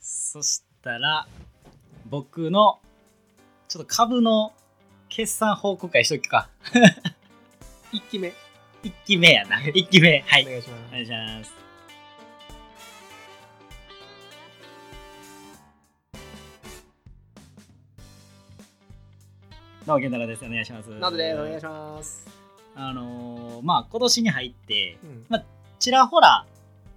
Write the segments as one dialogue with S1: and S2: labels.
S1: そしたら僕のちょっと株の決算報告会しときか
S2: 一期目
S1: 1期目やな1期目はい
S2: お願いします
S1: お願いしますどうも健太郎ですお願いします
S2: なのでお願いします
S1: あのーまあ今年に入って
S2: うん
S1: ちらほら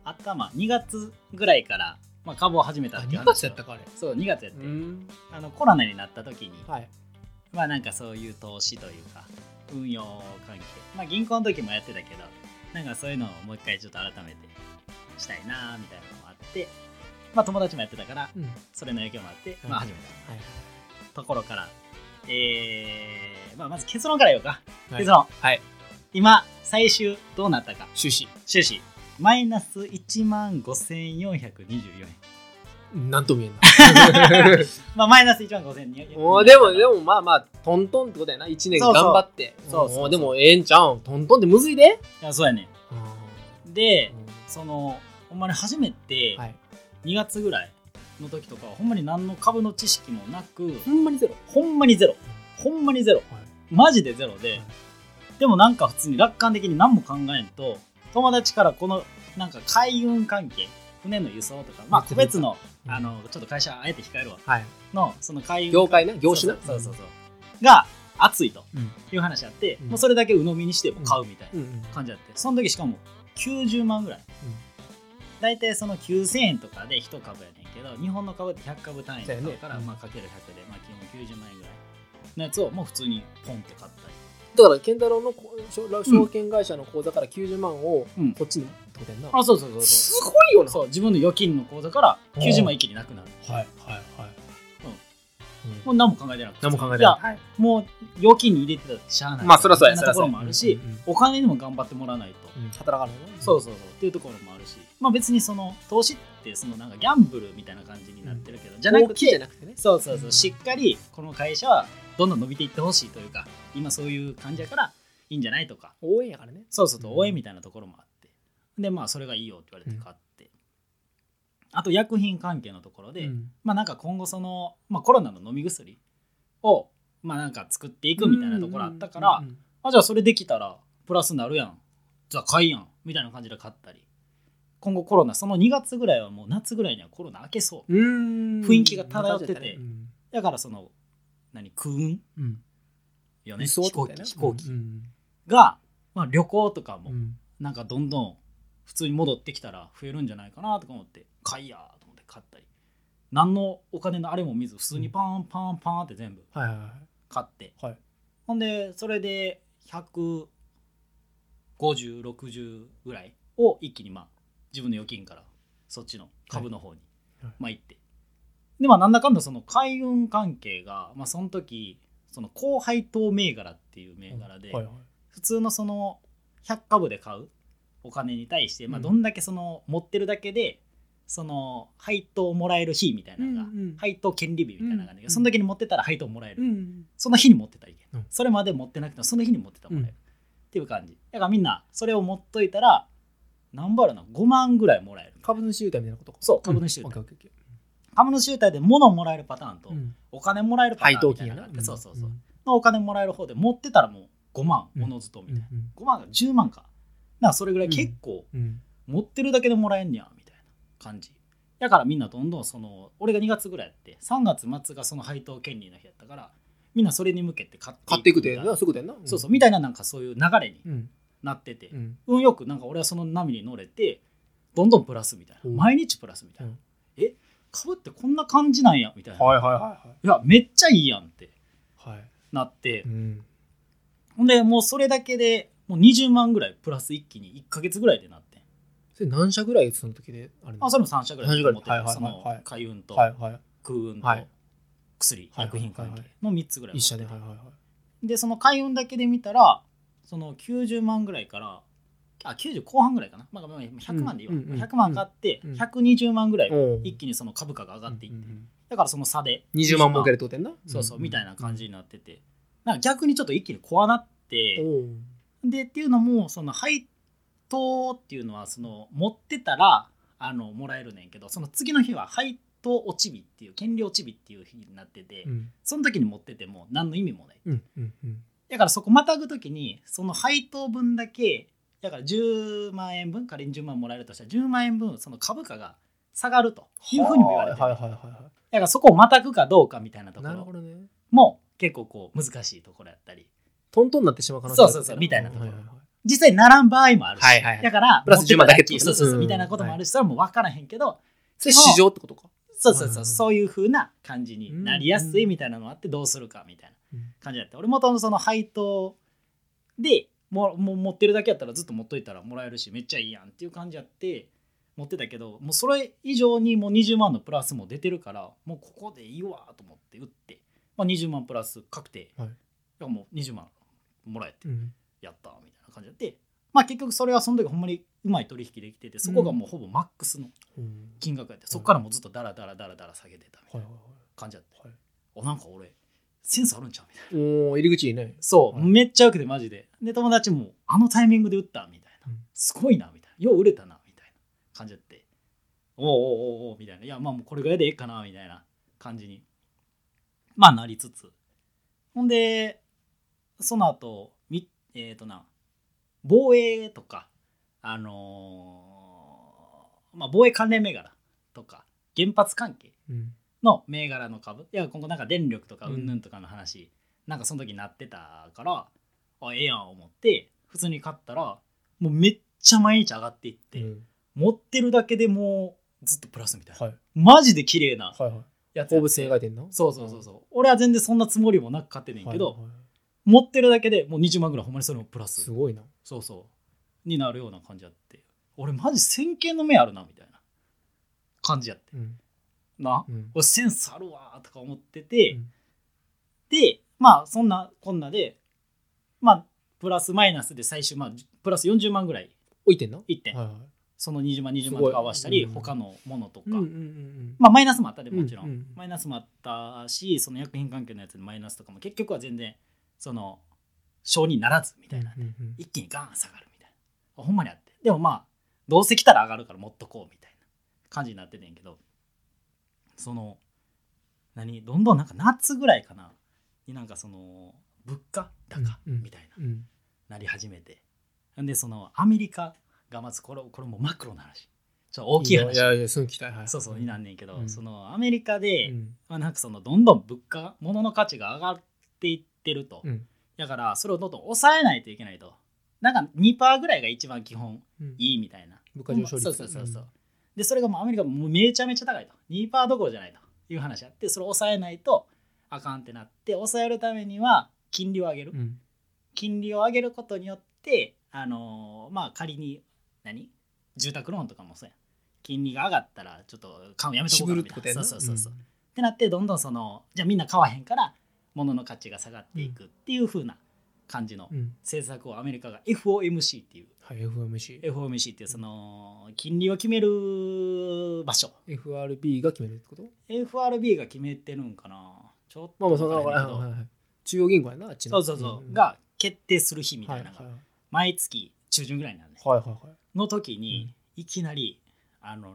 S1: 頭2月ぐらいから、まあ、株を始めたっていう
S2: 2
S1: 話を
S2: 月やったかあれ
S1: そう2月やって、
S2: ん
S1: あのコロナになった時に、
S2: はい
S1: まあなんかそういう投資というか運用関係まあ銀行の時もやってたけどなんかそういうのをもう一回ちょっと改めてしたいなみたいなのもあってまあ友達もやってたから
S2: うんはい
S1: それの影響もあって、まあ、始めたところからえー、まあまず結論から言おうか、
S2: はい
S1: 結論
S2: はい
S1: 今最終どうなったか
S2: 終始
S1: 収支マイナス1万5424円
S2: なんとも言え んな
S1: まあマイナス1万5424円
S2: もうでもでもまあまあトントンってことやな1年
S1: そう
S2: 頑
S1: そう
S2: 張って
S1: そうそうそう
S2: もでもええんちゃうんトントンってむずいで
S1: いやそうやねでそのほんまに初めて
S2: はい
S1: 2月ぐらいの時とかはほんまに何の株の知識もなく
S2: ほんまにゼロ
S1: ほんまにゼロほんまにゼロ
S2: はい
S1: マジでゼロで、
S2: はい
S1: でもなんか普通に楽観的に何も考えんと友達からこのなんか海運関係船の輸送とかまあ個別の
S2: うん
S1: あのちょっと会社あえて控えるわ
S2: はい
S1: のその海運
S2: 業界な業種な
S1: そうそうそうそうが熱いと
S2: うん
S1: いう話あって、
S2: うん
S1: もうそれだけ鵜呑みにしても買うみたい
S2: うん
S1: な
S2: うん
S1: 感じあってその時しかも90万ぐらい、大体その9000円とかで1株やねんけど日本の株って100株単位で買うから
S2: そうやねうん
S1: まあ、かける100で、まあ、基本90万円ぐらいのやつをもう普通にポンって買ったり
S2: だから健太郎のこ証証券会社の口座から90万を
S1: うん
S2: こっちにってことやんな、
S1: あそうそうそうそう
S2: すごいよな
S1: そう自分の預金の口座から90万一気になくなる
S2: はいはいはい、うん
S1: もう何も考えてなくて
S2: 何も考えて
S1: や
S2: なはい
S1: もう預金に入れてたってしゃあない
S2: まあそらそうや
S1: みたいなところもあるし、
S2: うんうん
S1: お金にも頑張ってもらわないと、
S2: うん働かないな
S1: そうそうそうっていうところもあるし、まあ、別にその投資ってそのなんかギャンブルみたいな感じになってるけど、じゃな
S2: 大
S1: く
S2: きいじ
S1: て
S2: ゃなくてね
S1: そうそうそうしっかりこの会社はどんどん伸びていってほしいというか今そういう感じやからいいんじゃないとか
S2: 応援やからね
S1: そうそうそう
S2: うん
S1: 応援みたいなところもあってでまあそれがいいよって言われて買って、あと薬品関係のところで、
S2: うん
S1: まあなんか今後その、まあ、コロナの飲み薬をまあなんか作っていくみたいなところあったから、
S2: うんうんうん
S1: あじゃあそれできたらプラスなるやんじゃあ買いやんみたいな感じで買ったり今後コロナその2月ぐらいはもう夏ぐらいにはコロナ明けそう
S2: うん
S1: 雰囲気が漂ってて
S2: うん
S1: だからその何空運
S2: うん
S1: よね
S2: 理
S1: 飛
S2: 想ってこ
S1: 行
S2: とや
S1: 機
S2: な
S1: 飛行機
S2: うん
S1: が、まあ、旅行とか
S2: う
S1: も
S2: ん
S1: なんかどんどん普通に戻ってきたら増えるんじゃないかなとか思って買いやーと思って買ったり何のお金のあれも見ず普通にパンパンパンって全部
S2: はいはいはい
S1: 買って、
S2: はい
S1: ほんでそれで15060ぐらいを一気にまあ自分の預金からそっちの株の方に、
S2: はいはい
S1: まあ行ってでまあなんだかんだその海運関係が、まあ、その時その高配当銘柄っていう銘柄で、
S2: はいはい
S1: 普通のその100株で買うお金に対して、まあ、
S2: うん
S1: どんだけその持ってるだけでその配当もらえる日みたいなのが、
S2: うんうん
S1: 配当権利日みたいなのがあるんだけど、
S2: うん
S1: その時に持ってたら配当もらえる、
S2: うん
S1: その日に持ってたらいいけん
S2: うん
S1: それまで持ってなくてもその日に持ってたらもらえる、
S2: う
S1: っていう感じだからみんなそれを持っといたら何倍やろな5万ぐらいもらえる
S2: 株主優待みたいなことか
S1: そう株主優待
S2: うんオッケーオッケーオッケ
S1: 株主優待で物をもらえるパターンと、
S2: ーうん
S1: お金もらえるパタ
S2: 配
S1: ーン
S2: 当
S1: みた
S2: 金
S1: い
S2: や
S1: なのが
S2: な
S1: あってそうそうそう、
S2: ん
S1: のお金もらえる方で持ってたらもう5万
S2: うん
S1: おのずとみたいな、
S2: うん
S1: 5万が10万かなんかそれぐらい結構
S2: うん
S1: 持ってるだけでもらえんねやみたいな感じだからみんなどんどんその俺が2月ぐらいやって3月末がその配当権利の日やったからみんなそれに向けて買って
S2: 買っていくて
S1: み
S2: や
S1: たい
S2: な
S1: な
S2: そういうことやんな
S1: そうそうみたいななんかそういう流れに
S2: うん
S1: なってて、
S2: うん
S1: 運よくなんか俺はその波に乗れてどんどんプラスみたいな、
S2: うん
S1: 毎日プラスみたいな、
S2: うん
S1: え株ってこんな感じなんやみたいな、い、
S2: はいはいは
S1: やめっちゃいいやんって
S2: いはいはい
S1: なって、
S2: うん
S1: ほんでもうそれだけでもう20万ぐらいプラス一気に1か月ぐらいでなってん
S2: それ何社ぐらいその時であれなの
S1: あそれも3社ぐらい持ってて、
S2: 三社ぐらいはい
S1: そ
S2: はいはい
S1: の海運と
S2: はいはい
S1: 空運と
S2: はい
S1: 薬、
S2: はい
S1: 薬品関
S2: はい
S1: 係
S2: はい
S1: の3つぐらい
S2: 一
S1: 持って
S2: 社
S1: て
S2: ではいはいはい
S1: でその海運だけで見たらその90万ぐらいからあ90後半ぐらいかな、まあ、まあ100万でいいわ、
S2: うんうんうん
S1: 100万上がって
S2: うん
S1: 120万ぐらい
S2: おう
S1: 一気にその株価が上がっていって、
S2: うんうんうん
S1: だからその差で
S2: 20万儲けるってことやんな
S1: そうそう、
S2: んん
S1: みたいな感じになっててなんか逆にちょっと一気に怖なって、
S2: おう
S1: でっていうのもその配当っていうのはその持ってたらあのもらえるねんけどその次の日は配と落ち日っていう権利落ち日っていう日になってて、
S2: うん
S1: その時に持ってても何の意味もない
S2: うんうんうん
S1: だからそこまたぐ時にその配当分だけだから10万円分仮に10万円もらえるとしたら10万円分その株価が下がるというふうにも言われてる、
S2: はいはいはいは
S1: だからそこをまたぐかどうかみたいなと
S2: い
S1: こ
S2: なるほ
S1: ろ
S2: どね
S1: も結構こう難しいところやったり
S2: トントンになってしまう可能性がある
S1: そうそうそうみたいなところ
S2: はいはいはい
S1: 実際にならん場合もあるし、
S2: はいはいはい
S1: だから
S2: プラス10万だけって
S1: 持
S2: こ
S1: ってただけ
S2: とね
S1: そうそうそう
S2: うん
S1: みたいなこともあるしそれはもう分からへんけど
S2: それ市場ってことか
S1: そうそうそう、
S2: うん
S1: そういう風な感じになりやすいみたいなのがあってどうするかみたいな感じだった俺もともとその配当でももう持ってるだけやったらずっと持っといたらもらえるしめっちゃいいやんっていう感じやって持ってたけどもうそれ以上にもう20万のプラスも出てるからもうここでいいわと思って打って、まあ、20万プラス確定、
S2: はい
S1: やもう20万もらえて
S2: うん
S1: やったみたいな感じで、まあ、結局それはその時ほんまにうまい取引できててそこがもうほぼマックスの
S2: うん
S1: 金額やって、そこからもうずっとダラダラダラダラ下げてたみた
S2: はいい
S1: な
S2: はいはい
S1: 感じやって、
S2: はい
S1: おなんか俺センスあるんちゃうみたいな
S2: おお入り口いいね
S1: そう、
S2: はい
S1: めっちゃよくてマジでで友達もあのタイミングで打ったみたいな、
S2: うん
S1: すごいなみたいなよう売れたなみたいな感じやっておうおうおうおうみたいないやまあもうこれぐらいでええかなみたいな感じにまあなりつつほんでその後みえっ、とな防衛とかあのーまあ防衛関連銘柄とか原発関係
S2: うん
S1: の銘柄の株いや今後なんか電力とかうんぬんとかの話、なんかその時なってたからあええやん思って普通に買ったらもうめっちゃ毎日上がっていって、
S2: うん
S1: 持ってるだけでもうずっとプラスみたいな、
S2: はい
S1: マジで綺麗な
S2: はいはい
S1: やつや
S2: 放
S1: って
S2: 物線描いてんの
S1: そうそうそうそう俺は全然そんなつもりもなく買ってんねんけど、
S2: はいはい
S1: 持ってるだけでもう20万ぐらいほんまにそれもプラス
S2: すごいな
S1: そうそうになるような感じやって俺マジ先見の目あるなみたいな感じやって
S2: うん
S1: な
S2: うん
S1: 俺センスあるわーとか思ってて、
S2: うん
S1: でまあそんなこんなでまあプラスマイナスで最終まあプラス40万ぐらい
S2: 置いてんの
S1: 1点、
S2: はいはい
S1: その20万20万とか合わせたり、
S2: すごいうん
S1: 他のものとか、
S2: うんうんうん
S1: まあマイナスもあったでもちろん、
S2: うんうん
S1: マイナスもあったしその薬品関係のやつでマイナスとかも結局は全然その性にならずみたいな、
S2: うんうんうん
S1: 一気にガーン下がるみたいなほんまにあってでもまあどうせ来たら上がるから持っとこうみたいな感じになっててんけどその何どんどんなんか夏ぐらいかなになんかその物価高
S2: うんうん
S1: みたいな、
S2: うん
S1: なり始めてんでそのアメリカがまずこれこれもマクロな話ちょっと大きい話
S2: いやいやすぐ期待はい
S1: そうそうになんねんけど、
S2: うん
S1: そのアメリカで、
S2: うん
S1: まあ、なんかそのどんどん物価物の価値が上がっていってると、
S2: うん
S1: だからそれをどんどん抑えないといけないとなんか2%ぐらいが一番基本
S2: うん
S1: いいみたいな
S2: 物価上昇
S1: そ
S2: 率
S1: うそうそうそうでそれがもうアメリカもうめちゃめちゃ高いと2%どころじゃないという話あってそれを抑えないとあかんってなって抑えるためには金利を上げる、
S2: うん
S1: 金利を上げることによってあのーまあ仮に何住宅ローンとかもそうやん金利が上がったらちょっと買うのやめとこう
S2: 渋
S1: か
S2: る
S1: み
S2: ったて
S1: いな
S2: ことや
S1: そ
S2: な
S1: うそうそうそう、ってなってどんどんそのじゃあみんな買わへんから物の価値が下がっていくっていう風な感じの
S2: うんうん
S1: 政策をアメリカが FOMC っていう
S2: はい FOMC
S1: FOMC っていうその金利を決める場所
S2: FRB が決めるってこと
S1: FRB が決めてるんかなちょっと
S2: まあまあそんな
S1: わ
S2: わ
S1: か
S2: から
S1: へ
S2: ら
S1: んけど
S2: んけどはいはい中央銀行やなあっち
S1: そ
S2: の
S1: うそうそう、
S2: んん
S1: が決定する日みた
S2: はいい
S1: なのが、
S2: はい
S1: 毎月中旬ぐらいなんで、
S2: はいはいはい
S1: の時に、いきなりあの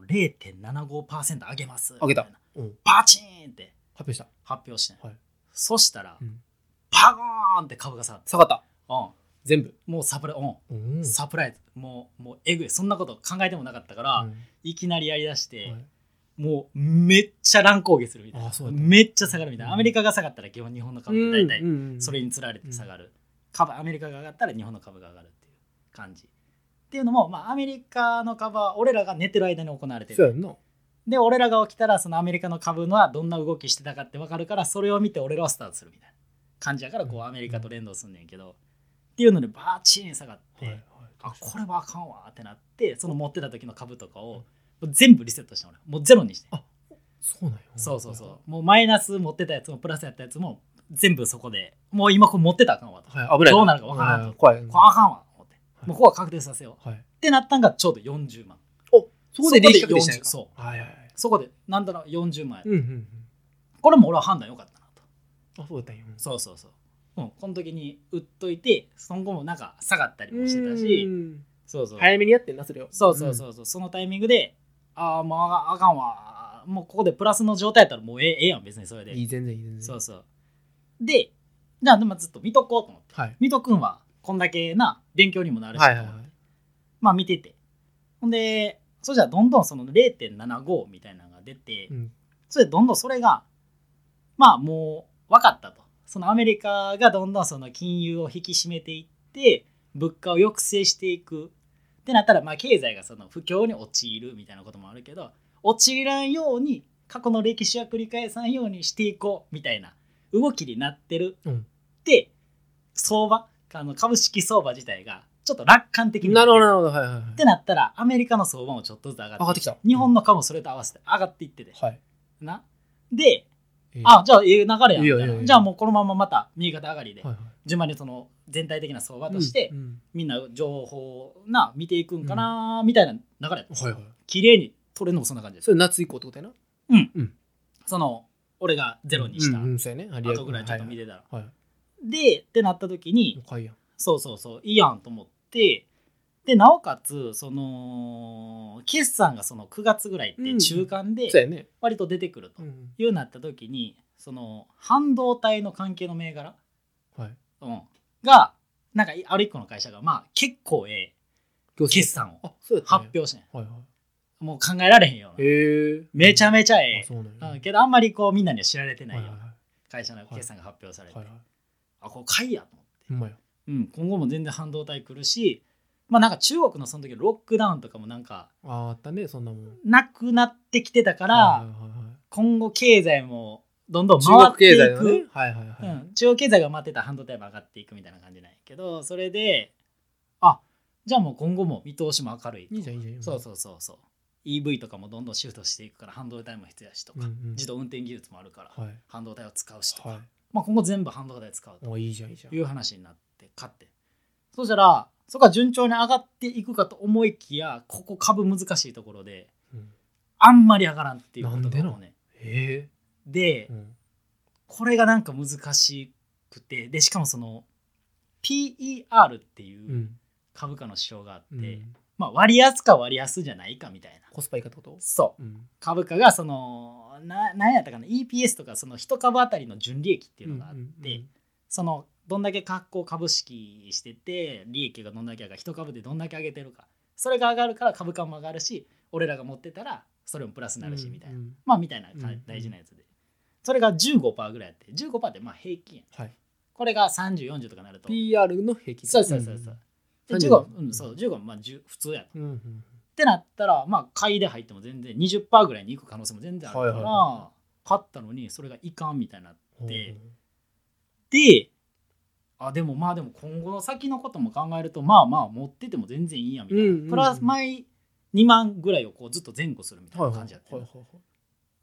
S1: 0.75%上げます
S2: 上げた
S1: みいな
S2: うん
S1: パチーンって
S2: 発表した
S1: 発表してん、
S2: はい
S1: そしたら、
S2: うん
S1: パゴーンって株が下がった
S2: 下がった
S1: う
S2: 全部
S1: んもうサプライ、う
S2: うん
S1: ん、サプライズもうもうえぐいそんなこと考えてもなかったから、
S2: うん
S1: いきなりやりだして、
S2: はい
S1: もうめっちゃ乱高下するみたいな
S2: あそうだ
S1: めっちゃ下がるみたいな、
S2: うん
S1: アメリカが下がったら基本日本の株って大体
S2: うんうんうん
S1: それにつられて下がる、株アメリカが上がったら日本の株が上がるっていう感じっていうのも、まあ、アメリカの株は俺らが寝てる間に行われて
S2: そう
S1: る
S2: やんな
S1: で俺らが起きたらそのアメリカの株のはどんな動きしてたかって分かるからそれを見て俺らはスタートするみたいな感じやからこうアメリカと連動すんねんけどっていうのでバーチーン下がって、あこれはあかんわってなってその持ってた時の株とかをもう全部リセットして俺もうゼロにして
S2: あそうなんや
S1: そうそうそうもうマイナス持ってたやつもプラスやったやつも全部そこでもう今これ持ってたらあかんわと
S2: はい危ない
S1: どうなるかわからん
S2: うん怖い
S1: これあかんわと思って、
S2: い
S1: もうここは確定させよう
S2: はい
S1: ってなったんがちょうど40万
S2: そこで利益確定したんや
S1: 40そう
S2: はいはいはい
S1: そこでなんだろう40万円、
S2: うんうんうん
S1: これも俺は判断良かったなと
S2: あそうだったんやうん
S1: そうそうそう、うん、この時に売っといてその後もなんか下がったりもしてた
S2: う
S1: し
S2: ん
S1: そうそう、
S2: 早めにやってんなそれを
S1: そうそうそうそうそのタイミングでああもうあかんあかんわもうここでプラスの状態やったらもうええええやん別にそれで
S2: いい全然いい全然
S1: そうそうでじゃあでもずっと見とこうと思って
S2: はい
S1: 水戸くんはこんだけな勉強にもなるし、
S2: はいはいはい
S1: まあ見ててほんでそれじゃあどんどんその0.75みたいなのが出て、
S2: うん
S1: それでどんどんそれがまあもう分かったとそのアメリカがどんどんその金融を引き締めていって物価を抑制していくってなったらまあ経済がその不況に陥るみたいなこともあるけど陥らんように過去の歴史は繰り返さんようにしていこうみたいな動きになってる、
S2: うん
S1: で相場あの株式相場自体がちょっと楽観的に
S2: なるほどな
S1: っ
S2: るほどはいはいはい
S1: てなったらアメリカの相場もちょっとずつ上がって
S2: 上がってきた
S1: 日本の株もそれと合わせて上がっていってて、
S2: はい
S1: なで
S2: えー
S1: あじゃあええ流れや
S2: いい
S1: み
S2: よ
S1: たい
S2: いいよいい
S1: な
S2: よ
S1: じゃあもうこのまままた右肩上がりで、
S2: はいはい
S1: 順番にその全体的な相場として、
S2: うんうん
S1: みんな情報をな見ていくんかなみたいな流れやった
S2: はいはい
S1: 綺麗に取れるのもそんな感じです
S2: それ夏以降ってことやな
S1: その俺がゼロにした
S2: うんうんそうやねありがと
S1: 後
S2: う
S1: ぐらいちょっと見てたら、
S2: はいはい
S1: でってなった時に、
S2: 了解やん
S1: そうそうそういいやんと思ってでなおかつその決算がその9月ぐらいっ
S2: う
S1: て
S2: ん
S1: 中間で
S2: そうやね
S1: 割と出てくると
S2: うん
S1: いうなった時にその半導体の関係の銘柄、
S2: はい
S1: うん、がなんかある一個の会社がまあ結構え
S2: 行
S1: え決算を
S2: あそうやったん
S1: 発
S2: や
S1: 表してん
S2: はいは
S1: もう考えられへんよう
S2: い
S1: な
S2: へえ
S1: めちゃめちゃえ
S2: あそうなん
S1: え、
S2: や
S1: うん、けどあんまりこうみんなには知られてな
S2: はい
S1: い
S2: はい
S1: よう
S2: は
S1: な会社の決算が発表され
S2: い
S1: て
S2: はいはい
S1: あこれ買いやと思って。
S2: ほんまや
S1: うん、今後も全然半導体来るし、まあ、なんか中国のその時ロックダウンとかもなんか
S2: あーあったねそんなもん
S1: なくなってきてたから、
S2: はいはいはいはい
S1: 今後経済もどんどん
S2: 中
S1: 回
S2: 国
S1: って
S2: 経
S1: い
S2: 済の
S1: く、
S2: ねはいはいは
S1: う
S2: い
S1: ん、中央経済が回ってたら半導体も上がっていくみたいな感じなんやけどそれであじゃあもう今後も見通しも明るいと
S2: いいじゃんいいじゃん
S1: そうそうそうそう EV とかもどんどんシフトしていくから半導体も必要やしとか、
S2: うんうん
S1: 自動運転技術もあるから
S2: はい
S1: 半導体を使うしとか、
S2: はい
S1: まあ、今後全部半導体使うと
S2: おいいじゃんいいじゃん
S1: いう話になって勝ってそうしたらそこは順調に上がっていくかと思いきやここ株難しいところで
S2: うん
S1: あんまり上がらんっていうことがもうね
S2: へ
S1: で
S2: えうん
S1: これがなんか難しくてでしかもその PER って
S2: う
S1: いうん株価の指標があって、
S2: うん
S1: まあ割安か割安じゃないかみたいな
S2: コスパいいかってこと
S1: そう
S2: うん
S1: 株価がそのな何やったかな EPS とかその一株あたりの純利益っていうのがあって、そのどんだけ格好株式してて利益がどんだけ上がる一株でどんだけ上げてるかそれが上がるから株価も上がるし俺らが持ってたらそれもプラスになるしみたいな、
S2: な
S1: まあみたいなか
S2: うんうん
S1: 大事なやつでそれが15%ぐらいあって15%ってまあ平均や
S2: はい
S1: これが3040とかなると
S2: PR の平均
S1: そうそうそうそう、
S2: うん
S1: で
S2: 30
S1: 15うんそう15まあ10普通やとっ
S2: うんうんうん
S1: てなったらまあ買いで入っても全然20%ぐらいに行く可能性も全然あるから、
S2: はいはいは
S1: 買ったのにそれがいかんみたいになって
S2: ほうほう
S1: でであでもまあでも今後の先のことも考えるとまあまあ持ってても全然いいやみたいな、
S2: うんうんうん
S1: プラスマイ2万ぐらいをこうずっと前後するみたい
S2: はい
S1: な
S2: は
S1: 感
S2: い
S1: じやって、
S2: はいはいはい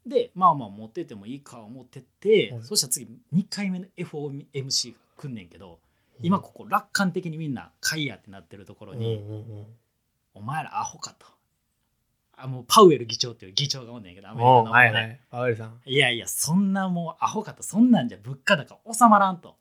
S1: でまあまあ持っててもいいか思ってて、
S2: はい
S1: そしたら次2回目の FOMC が来んねんけど今ここ楽観的にみんな買いやってなってるところに、
S2: うんうんうん
S1: お前らアホかとあもうパウエル議長っていう議長がおんねんけどアメリカの
S2: おうはいは
S1: ね
S2: いパウエルさん
S1: いやいやそんなもうアホかとそんなんじゃ物価高収まらんと、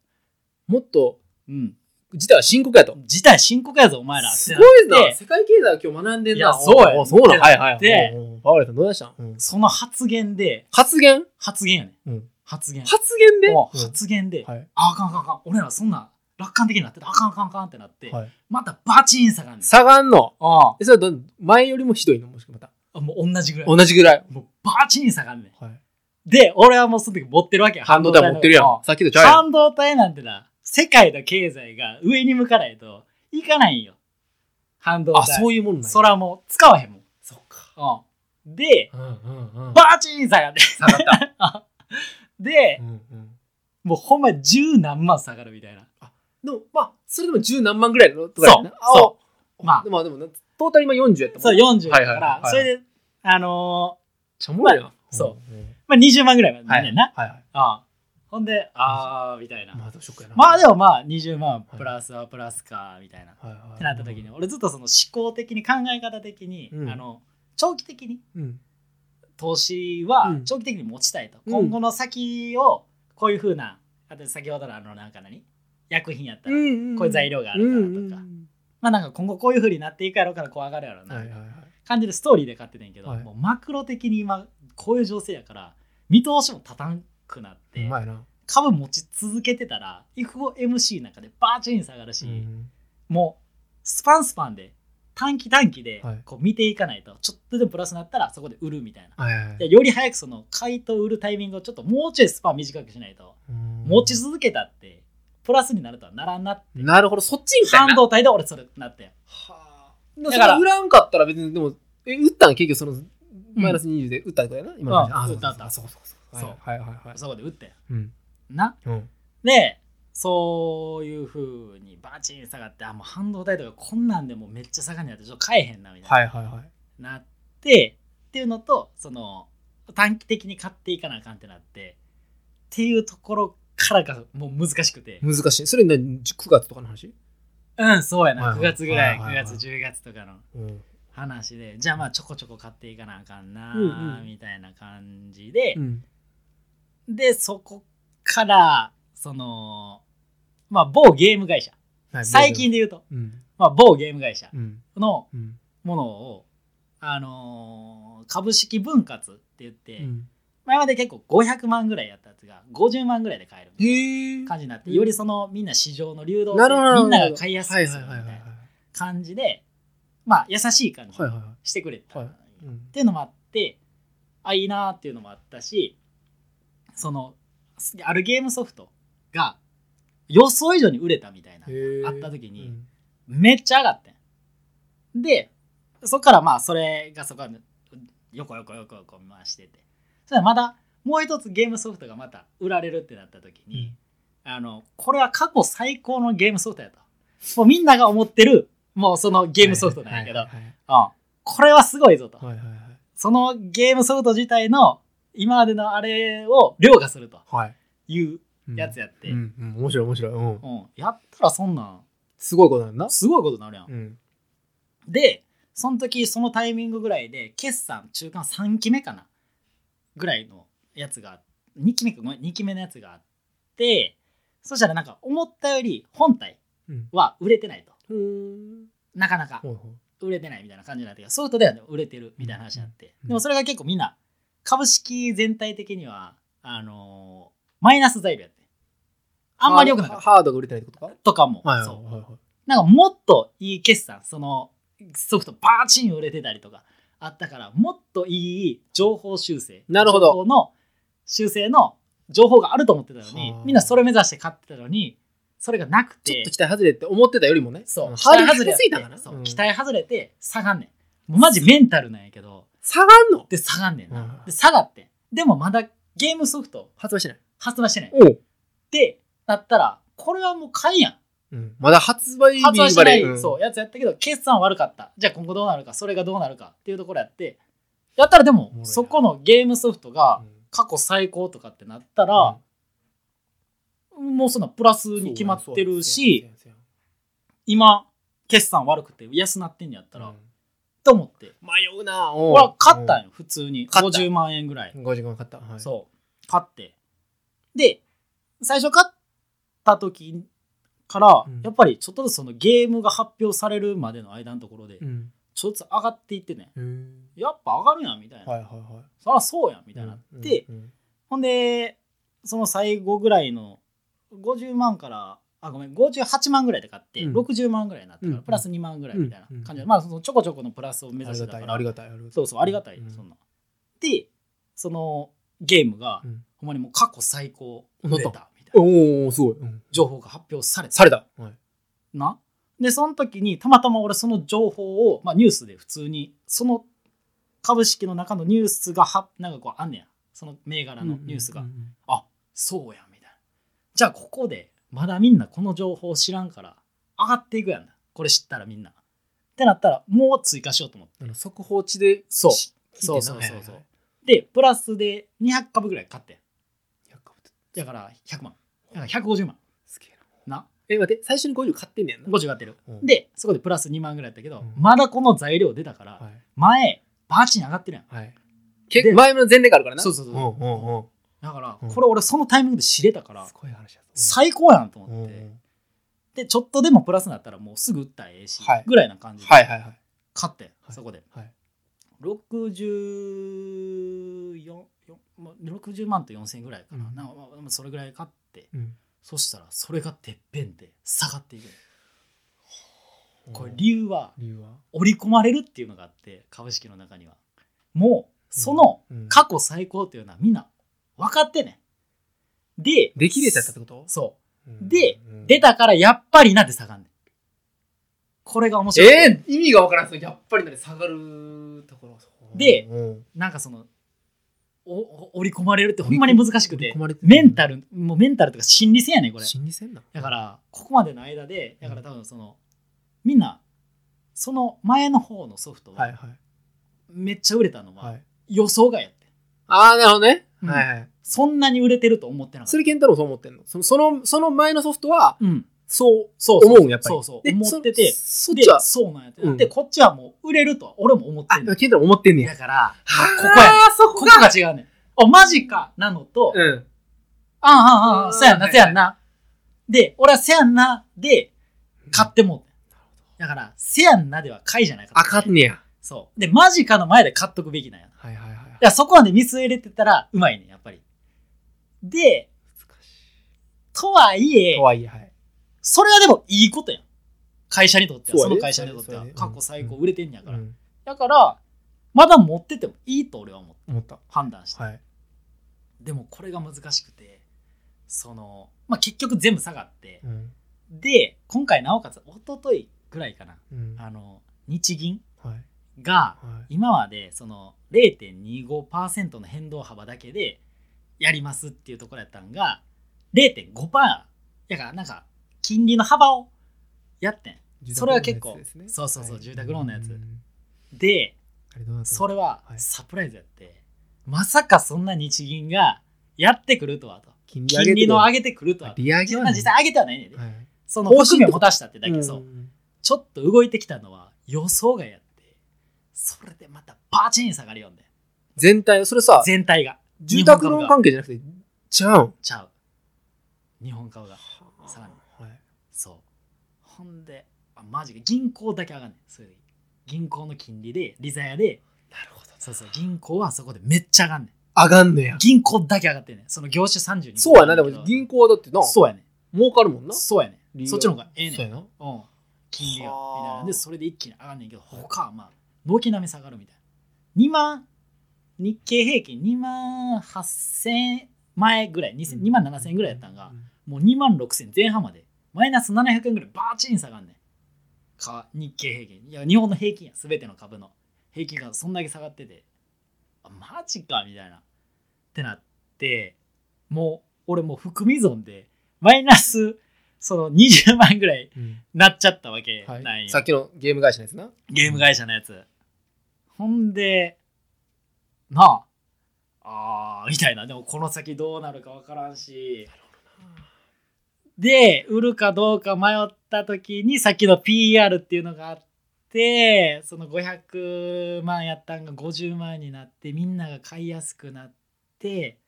S2: もっと
S1: うん、
S2: 事態は深刻やと
S1: 事態深刻やぞお前ら
S2: すごい
S1: ってな
S2: な
S1: って
S2: 世界経済は今日学んでんない
S1: やそうや
S2: おそうなんはいはい
S1: で
S2: おうおうパウエルさんどうでしたうん
S1: その発言で
S2: 発言
S1: 発言やね、
S2: うん
S1: 発言
S2: 発言で
S1: お
S2: うん
S1: 発言で、
S2: はい
S1: ああかんあかんあかん俺らそんな楽観的になってたあかんあかんあかんってなって、
S2: はい
S1: またバチーン下がんねん
S2: 下がんの
S1: あ
S2: えそれはどん前よりもひどいのもしくはまた
S1: あもう同じぐらい
S2: 同じぐらい
S1: もうバチーン下がんねん
S2: はい
S1: で俺はもうその時持ってるわけや
S2: 半導体持ってるや
S1: 半
S2: ん
S1: 導
S2: さっきとち
S1: 体
S2: ゃう
S1: の
S2: やん
S1: 半導体なんてな世界の経済が上に向かないといかないんよ半導体
S2: あ、そういうもんなんや
S1: そらもう使わへんもん、
S2: そっか。
S1: うん、で
S2: うんうんうん。
S1: バーチン下がって下がったで、
S2: うんうん。
S1: もうほんま十何万下がるみたいな
S2: でも、まあ、それでも十何万ぐらいのと。
S1: そうそううまあ
S2: でも、でも、トータル今40やったもん。
S1: そう、40だ
S2: は
S1: か
S2: いはいはい
S1: ら
S2: はい
S1: それであの
S2: ちゃおもろいな。
S1: そ
S2: うんうん。
S1: ーまあ20万ぐらいまで
S2: はい。
S1: ねんな
S2: はいはい。
S1: ああほんでああみたいな
S2: まあ、どうしようかな。
S1: まあで
S2: も、
S1: もまあ20万プラスはプラスかみたいなっ
S2: はいはい。
S1: てなった時に俺ずっとその思考的に考え方的に
S2: うん
S1: あの長期的に
S2: うん。
S1: 投資
S2: う
S1: は
S2: ん
S1: 長期的に持ちたいと
S2: うん
S1: 今後の先をこういうふうなあと先ほどのあのなんか何薬品やったら
S2: うん
S1: こういう材料があるからとかまあなんか今後こういうふうになっていくやろうからこう上がるやろうな、
S2: はいはいはい。
S1: 感じでストーリーで買ってたんやけど、
S2: はい
S1: もうマクロ的に今こういう情勢やから見通しも立たんくなって
S2: うまいな、
S1: 株持ち続けてたら FOMC の中でバーチャン下がるし、
S2: うん
S1: もうスパンスパンで短期短期で
S2: はい
S1: こう見ていかないとちょっとでもプラスになったらそこで売るみたいな。
S2: はいはいはい
S1: でより早くその買いと売るタイミングをちょっともうちょいスパン短くしないと
S2: うん
S1: 持ち続けたってプラスになるとはならんなって
S2: なるほどそっちに
S1: 半導体で俺それなって
S2: はあ。
S1: だから
S2: それ売らんかったら別に、でも、え、打ったん結局その、マイナス20で打ったことやな、今の話
S1: うん
S2: そう
S1: 打った打った
S2: そうそうそう。
S1: そう
S2: はいはいはいはい。
S1: そこで売ったよ
S2: うん。
S1: な
S2: うん。
S1: でそういうふうにバチン下がってあもう半導体とかこんなんでもうめっちゃ下がんねやってちょっと買えへんなみたいな、
S2: はいはいはい。
S1: なってっていうのとその短期的に買っていかなあかんってなってっていうところからがもう難しくて
S2: 難しい。それね、9月とかの話
S1: うんそうや
S2: はい
S1: な
S2: はい
S1: 9月ぐらい
S2: はい
S1: 9
S2: はいはい
S1: 月10月とかの
S2: うん。
S1: 話でじゃあまあちょこちょこ買っていかなあかんな
S2: うんうん
S1: みたいな感じで、
S2: うん。
S1: でそこからそのまあ某ゲーム会社
S2: はい
S1: 最近。で言うと、
S2: うん。
S1: まあ、某ゲーム会社
S2: うん。
S1: の
S2: うん。
S1: ものを、あのー株式分割って言って、
S2: うん
S1: 前まで結構500万ぐらいやったやつが50万ぐらいで買えるみ
S2: へ
S1: たい
S2: え
S1: な。感じになって、よりそのみんな市場の流動
S2: なるほどるほ
S1: 性み
S2: ど
S1: んなが買いやす
S2: はいい
S1: す
S2: はい
S1: るみ
S2: は
S1: たい
S2: いはい。
S1: な感じでまあ優しい感じ
S2: はいはいは
S1: してくれた、
S2: はい
S1: っ
S2: い。うん
S1: ていうのもあってあいいなーっていうのもあったしそのあるゲームソフトが予想以上に売れたみたいな
S2: へえ
S1: あった時に
S2: うん
S1: めっちゃ上がってん。で、そっからまあそれがそこはよこよこよこよこ回してて。それまだもう一つゲームソフトがまた売られるってなった時に、あの、これは過去最高のゲームソフトやと。もうみんなが思ってる、もうそのゲームソフトなんやけど、
S2: はいはい
S1: うんこれはすごいぞと。
S2: はいはいはい
S1: そのゲームソフト自体の今までのあれを凌駕すると
S2: はい。はい
S1: いう
S2: うん
S1: やつやって、
S2: うん。うん面白い面白い。うん
S1: うんやったらそんなん
S2: すごいことなんだ。
S1: すごいことになるやん。
S2: うん。
S1: で、その時そのタイミングぐらいで、決算中間3期目かなぐらいのやつが、2期目か、ごめん、2期目のやつがあって、そしたらなんか思ったより本体
S2: うん。
S1: は売れてないと。
S2: うん。
S1: なかなか
S2: ほうほう
S1: 売れてないみたいな感じになって、ソフトではね売れてるみたいな話になって。
S2: うん
S1: でもそれが結構みんな、株式全体的には、あのーマイナス材料やって。あんまり良くなかった。
S2: ハードが売れてないってことか
S1: とかも、
S2: はいはい
S1: そう。
S2: はいはい。
S1: なんかもっといい決算、そのソフトバーチン売れてたりとかあったから、もっといい情報修正。
S2: なるほど
S1: 情報の修正の情報があると思ってたのに
S2: はあ、
S1: みんなそれ目指して買ってたのに、それがなく
S2: ちょ
S1: て
S2: っと、期待外れって思ってたよりもね、
S1: そう、
S2: ん
S1: 期
S2: ハード
S1: 待
S2: ル
S1: 外れやっ
S2: 低す
S1: て
S2: ぎたかな。
S1: そう
S2: うん
S1: 期待外れて下がんねん。もうマジメンタルなんやけど、
S2: 下がんの
S1: で下がんねんな。
S2: うん
S1: で下がってん、でもまだゲームソフト
S2: 発売してない。
S1: 発売してない。
S2: おう、
S1: で、だったら、これはもう買いやん。
S2: ん、まだ発売日
S1: 発売して
S2: ま
S1: な
S2: で
S1: い、
S2: うん
S1: そうやつやったけど決算は悪かったじゃあ今後どうなるかそれがどうなるかっていうところやってやったらでも
S2: おもろいな
S1: そこのゲームソフトが
S2: うん
S1: 過去最高とかってなったら、もうそんなプラス
S2: うん
S1: に決まってる
S2: そう
S1: し
S2: やそうや
S1: 今決算悪くて安なってんやった
S2: そう
S1: ら、
S2: やうん
S1: と思って
S2: 迷うな。
S1: 俺は買ったん
S2: よ。
S1: よ普通に
S2: 買った
S1: 50万円ぐらい、
S2: 五時間買った。はい、
S1: そう買ってで最初買った時から、
S2: うん
S1: やっぱりちょっとずつそのゲームが発表されるまでの間のところで、
S2: うん。
S1: ちょっとずつ上がっていってね
S2: へー
S1: やっぱ上がるやんみたいな、
S2: はいはいはい。
S1: そりゃそうやんみ
S2: み
S1: たいになって、、
S2: うん
S1: ほんでその最後ぐらいの50万からあごめん58万ぐらいで買って、
S2: うん
S1: 60万ぐらいになったから、
S2: うん
S1: プラス2万ぐらいみたいな感じで、
S2: う
S1: まあそのちょこちょこのプラスを目
S2: あ
S1: 指して
S2: りが
S1: た
S2: た
S1: か
S2: い、
S1: ら
S2: ありがたい。ありがたい
S1: そうそうありがたい、
S2: うん
S1: そんなでそのゲームが、
S2: うん
S1: ほんまにもう過去最高売れたみたいな
S2: おおすごい、うん
S1: 情報が発表された
S2: された。はい。
S1: なでその時にたまたま俺その情報を、まあ、ニュースで普通にその株式の中のニュースがはなんかこうあんねやその銘柄のニュースが、
S2: うんうん
S1: あそうやみたいなじゃあここでまだみんなこの情報知らんから上がっていくやんなこれ知ったらみんなってなったらもう追加しようと思って
S2: うんあの速報値で、
S1: そう
S2: し
S1: そうそうそうそう、
S2: はいはいはい
S1: でプラスで200株ぐらい買ってん
S2: 100株って
S1: だから100万だから150万
S2: すげえな。
S1: な
S2: え、待って、最初に50買ってんねやんな。
S1: 50買ってる、
S2: うん
S1: でそこでプラス2万ぐらいやったけど、
S2: うん
S1: まだこの材料出たから、
S2: はい。
S1: 前バーチに上がってるやん
S2: はい。結構前の前例があるからな。
S1: そうそうそう
S2: うんうんうん。
S1: だから、
S2: うん
S1: これ俺そのタイミングで知れたから
S2: すごい話やぞ
S1: 最高やんと
S2: うん
S1: 思って、
S2: うん
S1: でちょっとでもプラスになったらもうすぐ打ったらええし、
S2: はい
S1: ぐらいな感じで
S2: はいはいはい。
S1: 勝ってん、
S2: はい
S1: そこで
S2: はい
S1: 64 60万と4000円ぐらいかな,、
S2: うん
S1: なんかまあまあそれぐらい買って
S2: うん
S1: そしたらそれがてっぺんで下がっていくのこれ
S2: 理
S1: 理由は
S2: 由は
S1: 織り込まれるっていうのがあって株式の中にはもうその
S2: うん
S1: 過去最高っていうのはみんな分かってねで
S2: できれちゃったってこと
S1: そう
S2: うん
S1: で
S2: うん
S1: 出たからやっぱりなんで下がんねんこれが面白い、
S2: えー、意味がわからんすよやっぱりね下がるところ
S1: で
S2: うん
S1: なんかそのおお織り込まれるってほんまに難しく
S2: 織
S1: て
S2: り込まれてる
S1: メンタルもうメンタルとか心理戦やねんこれ
S2: 心理戦なの
S1: だからここまでの間でだから多分そのみんなその前の方のソフト
S2: はい
S1: は
S2: はい
S1: めっちゃ売れたの
S2: は
S1: はい予想外やって
S2: ああなるほどね、
S1: うん
S2: はいはい
S1: そんなに売れてると思ってなかった
S2: それ健太郎そう思ってんのそのそのその前のソフトは
S1: うん
S2: そう
S1: そうそう
S2: 思うんやっぱり
S1: そうそう
S2: で
S1: 思ってて
S2: そそっ
S1: で
S2: ちは
S1: そうなんやって
S2: うん
S1: でこっちはもう売れるとは俺も思っ
S2: あ
S1: てんねん
S2: 健太郎思ってんねや
S1: だからここや
S2: あーそ
S1: こ
S2: こ
S1: こ
S2: が
S1: が違うねんあマジかなのと
S2: うん
S1: あんあんあんあん、そうやんな、
S2: うん
S1: そうやんな。で、俺はせやんなで買ってもうてん。だから、せやんなでは買いじゃないか
S2: あかんねや
S1: そう。で、マジかの前で買っとくべきなんやな。だ
S2: はいはいはい
S1: からそこまでミス入れてたらうまいねん、やっぱり。で、
S2: 難し
S1: とはい
S2: い
S1: え
S2: と、はいえはい
S1: それはでもいいことやん。会社にとっては、そ
S2: そうやね
S1: の会社にとっては
S2: そうやね、
S1: 過去最高売れてんやから
S2: う。ん
S1: だから、まだ持っててもいいと俺は思う
S2: 思った
S1: 判断して。
S2: はい
S1: でもこれが難しくて、その、まあ、結局全部下がって、
S2: うん
S1: で今回なおかつ一昨日ぐらいかな
S2: うんは
S1: あの日銀
S2: い
S1: が
S2: は
S1: 今までその0.25%の変動幅だけでやりますっていうところやったんが0.5%やからなんか金利の幅をやってん
S2: い
S1: それは結構
S2: 住宅ローンのや
S1: そ
S2: つですね
S1: うそうそう
S2: はい
S1: 住宅ローンのやつ
S2: うん
S1: で
S2: あれどうなったの
S1: それは
S2: はい
S1: サプライズやってまさかそんな日銀がやってくるとはと
S2: 金
S1: 金利の上げてくるとは
S2: 利上げは
S1: まあ実際上げてはないねんで
S2: はい
S1: その
S2: 方針
S1: 含みを持たしたってだけそう
S2: うん
S1: ちょっと動いてきたのは予想外やって、それでまたバチン下がりよんで、
S2: 全体それさ
S1: 全体が。
S2: 住宅ローン
S1: 日本株が
S2: 関係じゃなくてちゃうん
S1: ちゃう。日本株が。さらに
S2: はい
S1: そう。ほんで、あマジか、銀行だけ上がんねん。それで銀行の金利で、利ザヤで、
S2: なるほど
S1: そうそう、銀行はそこでめっちゃ上がんねん。
S2: 上がんのや
S1: 銀行だけ上がってんねん。その業種32。
S2: そうやなでも銀行はだってな
S1: そうやね。
S2: 儲かるもんなん
S1: そうやね
S2: 利
S1: ん。
S2: 用
S1: そっちの方がええ
S2: そ
S1: ね
S2: う
S1: ん。
S2: やな
S1: うん。金利が。み
S2: はあ
S1: たいなんで、それで一気に上がんねんけど、他はまあ、軒並み下がるみたいな。2万、日経平均2万8000円前ぐらい、2万7000円ぐらいやったんが
S2: う、
S1: もう2万6000円前半まで、マイナス700円ぐらいバーチン下がんねん。か日経平均。いや、日本の平均や、すべての株の。平均がそんだけ下がってて、あ、マジかみたいな。ってなって、もう、俺もう含み損で、マイナス、その20万ぐらい
S2: うん
S1: なっちゃったわけ
S2: はい
S1: なんよ、
S2: さっきのゲーム会社のやつな
S1: ゲーム会社のやつほんでなああーみたいなでもこの先どうなるか分からんしで売るかどうか迷った時にさっきの PR っていうのがあってその500万やったんが50万になってみんなが買いやすくなって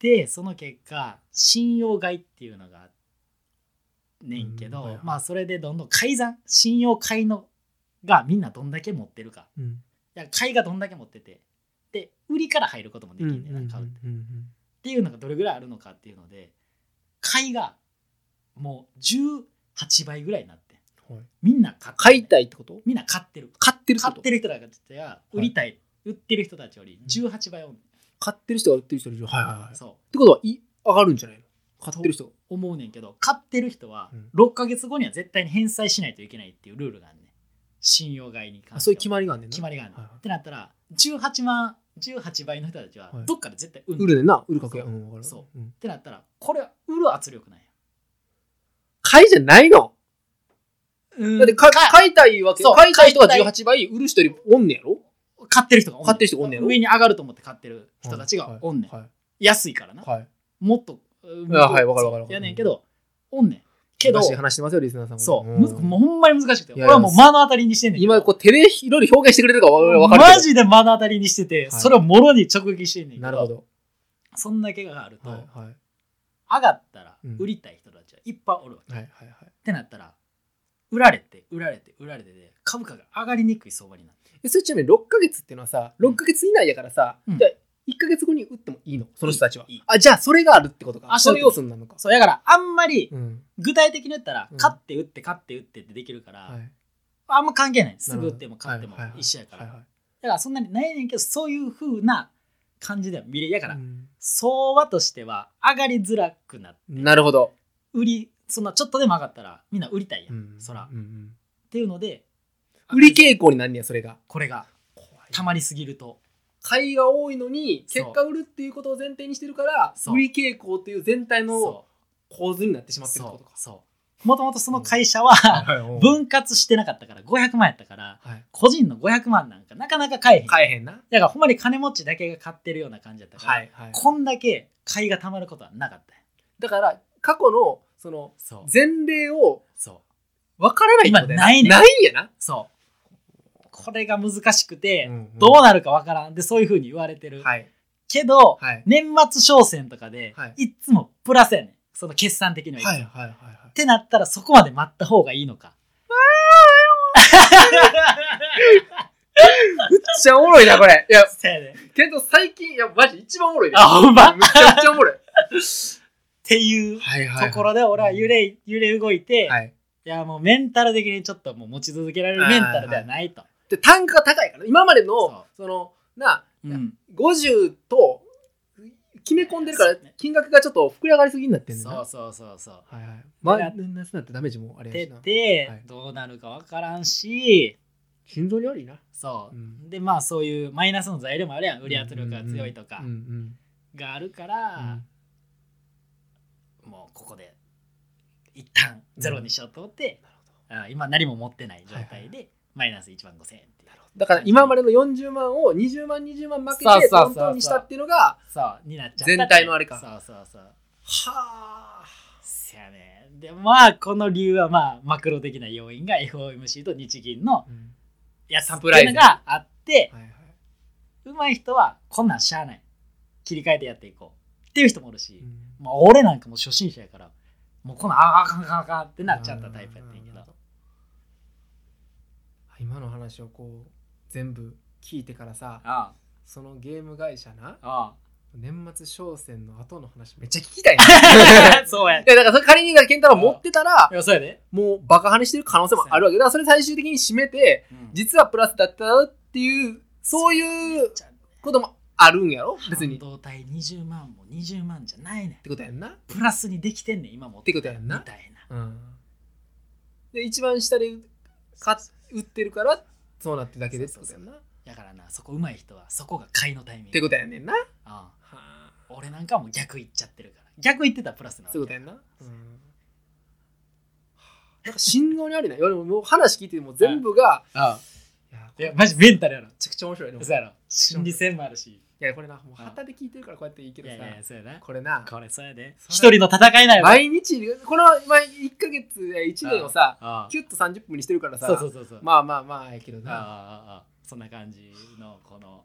S1: でその結果信用買いっていうのがねんけど、
S2: うんはいはい
S1: まあそれでどんどん改ざん信用買いのがみんなどんだけ持ってるか
S2: うん
S1: いや買いがどんだけ持っててで売りから入ることもできんねんな買うって。
S2: うん
S1: っていうのがどれぐらいあるのかっていうので買いがもう18倍ぐらいになって
S2: うんはい
S1: みんな買って
S2: 買いたいってこと
S1: みんな買ってる
S2: 買ってる
S1: 買って
S2: る
S1: る人たちが売りたい、売ってる人たちより18倍多い、
S2: 買ってる人が売ってる人いるはいはいはいって
S1: そう
S2: ことはい上がるんじゃないの買ってる人
S1: 思うねんけど買ってる人は
S2: うん
S1: 6ヶ月後には絶対に返済しないといけないっていうルールがあるねん信用買いに関
S2: あ
S1: して
S2: そういう
S1: は
S2: 決まりがあんねんな
S1: 決まりがある、
S2: はいはい
S1: ってなったら18万18倍の人たちは
S2: はい
S1: どっかで絶対売る,、
S2: 売るねんな売るかけ
S1: そう
S2: うんわかる
S1: そ
S2: うん
S1: ってなったらこれは売る圧力なんや
S2: 買いじゃないのだってか
S1: か
S2: 買いたいわけ
S1: そう
S2: 買いたい人が
S1: 買いた
S2: 18倍売る人よりおんねやろ
S1: 買ってる人がおんねん
S2: 買ってる人がおんねやろ
S1: 上に上がると思って買ってる人たちがおんねん、
S2: はい
S1: 安いからな、
S2: はい
S1: もっとうん
S2: あはいわかるわかるわかる
S1: やねんけどおんねんけど
S2: 難しい話してますよリスナーさんも
S1: そう、
S2: ん
S1: むずもうほんまに難しくて
S2: いや
S1: 俺はもう目の当たりにしてんねんけど
S2: 今こう手でいろいろ表現してくれてるからわかるけど
S1: マジで目の当たりにしてて、
S2: い
S1: それをもろに直撃してんねんけど
S2: なるほど
S1: そんな怪我があると、
S2: はいはい
S1: 上がったら
S2: うん
S1: 売りたい人たちはいっぱいおるわけ、
S2: はいは
S1: っ
S2: いはい
S1: てなったら売られて売られて売られてで株価が上がりにくい相場になって
S2: えそれちなみに6ヶ月っていうのはさ6ヶ月以内やからさ、
S1: うん
S2: じゃあ1ヶ月後に打ってもいいのその人たちはい
S1: いいい
S2: あじゃあそれがあるってことか
S1: あ
S2: あ
S1: そ
S2: そうう
S1: い
S2: いうう
S1: こ
S2: 要
S1: と
S2: 素になるのか
S1: そうだからあんまり
S2: うん
S1: 具体的に言ったら、
S2: うん
S1: 勝って打って勝って打ってってできるから、
S2: はい
S1: あんま関係ないす
S2: なる
S1: ぐ
S2: ほ
S1: 打
S2: ど
S1: っても勝っても
S2: はいはいはい
S1: 一緒やから、
S2: はいはい
S1: だからそんなにないねんけどそういう風な感じでは見れやから、
S2: うん
S1: 相場としては上がりづらくなって
S2: なるほど、
S1: 売りそんなちょっとでも上がったらみんな売りたいやん、っ
S2: うん
S1: そら
S2: うんうん
S1: ていうので
S2: 売り傾向になんねやそれが
S1: これがたまりすぎると
S2: 買いが多いのに
S1: そう
S2: 結果売るっていうことを前提にしてるから
S1: そう
S2: 売り傾向っていう全体の
S1: そ
S2: 構図になってし
S1: う
S2: まってるってこ
S1: そ
S2: とか
S1: うそうもともとその会社は、分割してなかったから500万やったから
S2: はい
S1: 個人の500万なんかなかなか買えへん
S2: 買えへんな
S1: だからほんまに金持ちだけが買ってるような感じだったから、
S2: いはい
S1: こんだけ買いがたまることはなかったよ
S2: だから過去のその
S1: そう
S2: 前例を
S1: そう
S2: 分からないってことや
S1: 今ないねん
S2: ないんやな
S1: そうこれが難しくて、
S2: うんうん
S1: どうなるかわからんでそういうふうに言われてる、
S2: はい
S1: けど、
S2: はい
S1: 年末商戦とかで、、
S2: はい
S1: つもプラスやねんその決算的にはいつも、
S2: はいは
S1: っ
S2: いはい
S1: てなったらそこまで待った方がいいのか
S2: めっちゃおもろいなこれいや
S1: そうやねんっ
S2: けど最近いやマジ一番おもろいね
S1: あほんま
S2: めちゃくちゃお もろい
S1: ていう
S2: はいはいはい
S1: ところで俺は揺れ揺れ動いて、い、
S2: はい
S1: やもうメンタル的にちょっともう持ち続けられるメンタルではないと、
S2: で単価が高いから今まで
S1: そ
S2: のそのな
S1: うん、
S2: 50と決め込んでるから
S1: そうね
S2: 金額がちょっと膨れ上がりすぎになってんねんな
S1: そうそうそうそう
S2: はい
S1: だ
S2: はい
S1: から
S2: マイナスになってダメージもあれ
S1: 出
S2: やしな
S1: て、
S2: はい
S1: どうなるかわからんし
S2: 心臓に悪いな
S1: そう、
S2: うん
S1: でまあそういうマイナスの材料もあるやん売り圧力が強いとか
S2: うんうん
S1: があるか
S2: うん
S1: ら、もうここで一旦ゼロにしようと思って、あ今何も持ってない状態でマイナス1万5000円っていう
S2: だから今までの40万を20万20万負け
S1: そうそう
S2: て
S1: そうそう
S2: トントンにしたっていうのが
S1: そうになっちゃった
S2: 全体のあれか
S1: そうそうそう
S2: はあ
S1: せやねでまあこの理由はまあマクロ的な要因が FOMC と日銀のやつ
S2: サ
S1: っ
S2: プラ
S1: て
S2: イ
S1: い
S2: ズ
S1: うのがあって
S2: はいはい
S1: 上手い人はこんなんしゃあない切り替えてやっていこうっていう人もおるし、まあ、俺なんかもう初心者やからもうこんなんああかんあかんあかんってなっちゃったタイプやってんけど
S2: なるほ今の話をこう全部聞いてからさ
S1: あ
S2: そのゲーム会社な
S1: ああ
S2: 年末商戦の後の話めっちゃ聞きたいな い
S1: あ そうや
S2: やだからそれ仮にだから健太郎持ってたら
S1: いやそうやで、
S2: もうバカ跳ねしてる可能性もあるわけだからそれ最終的に締めて実はプラスだったよっていうそういうこともあるんやろ別
S1: 別
S2: に
S1: に
S2: っ
S1: 動体20万も20万じゃないねん
S2: てことやんな
S1: プラスにできてんねん今も
S2: ってことやんな
S1: みたいな
S2: うんで一番下でか売ってるからそうなってるだけでってことやんなっ
S1: だからなそこ上手い人はそこが買いのタイミング
S2: てことやねんな
S1: ああ
S2: は
S1: 俺なんかもう逆行っちゃってるから逆行ってたらプラスなわ
S2: あ
S1: け
S2: そういうことやんな、うんなんか心臓にあるないやでももう話聞いてもう全部が
S1: あ
S2: いや
S1: あいやマジメンタルやろ
S2: ちゃくちゃ面白いね
S1: そうやろ心理戦もあるし
S2: いやこれなもう旗で聞いてるからこうやっていいけ
S1: い
S2: ど
S1: や
S2: さ
S1: いやそうやな
S2: これな
S1: これそうやで一
S2: それ
S1: 人の戦いなんやろ
S2: 毎日この前1ヶ月1年をさ
S1: ああ
S2: キュッと30分にしてるからさ
S1: そうそうそうそう
S2: まあまあまあやけど
S1: ああ
S2: な
S1: ああああそんな感じのこの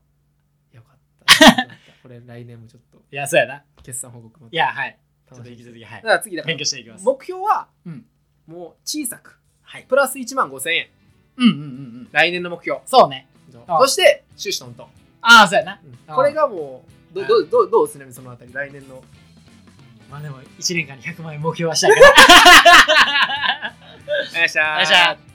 S2: よかったよかったこれ来年もちょっと
S1: いやそうやな
S2: 決算報告も
S1: いやはいちょっ
S2: 楽
S1: と引
S2: し
S1: き
S2: み
S1: 続
S2: だ
S1: きはい
S2: から次だか
S1: 勉
S2: ら
S1: 強していきます
S2: 目標は
S1: うん
S2: もう小さく
S1: はい
S2: プラス1万5000円
S1: うんうんうんうん
S2: 来年の目標
S1: そうねあ
S2: そして収支とんと
S1: ああそうやなあ
S2: これがもうどどうどうどうちなみにそのあたり来年の
S1: まあでも1年間に100万円目標はしたいから
S2: お願い
S1: お
S2: し
S1: 願いします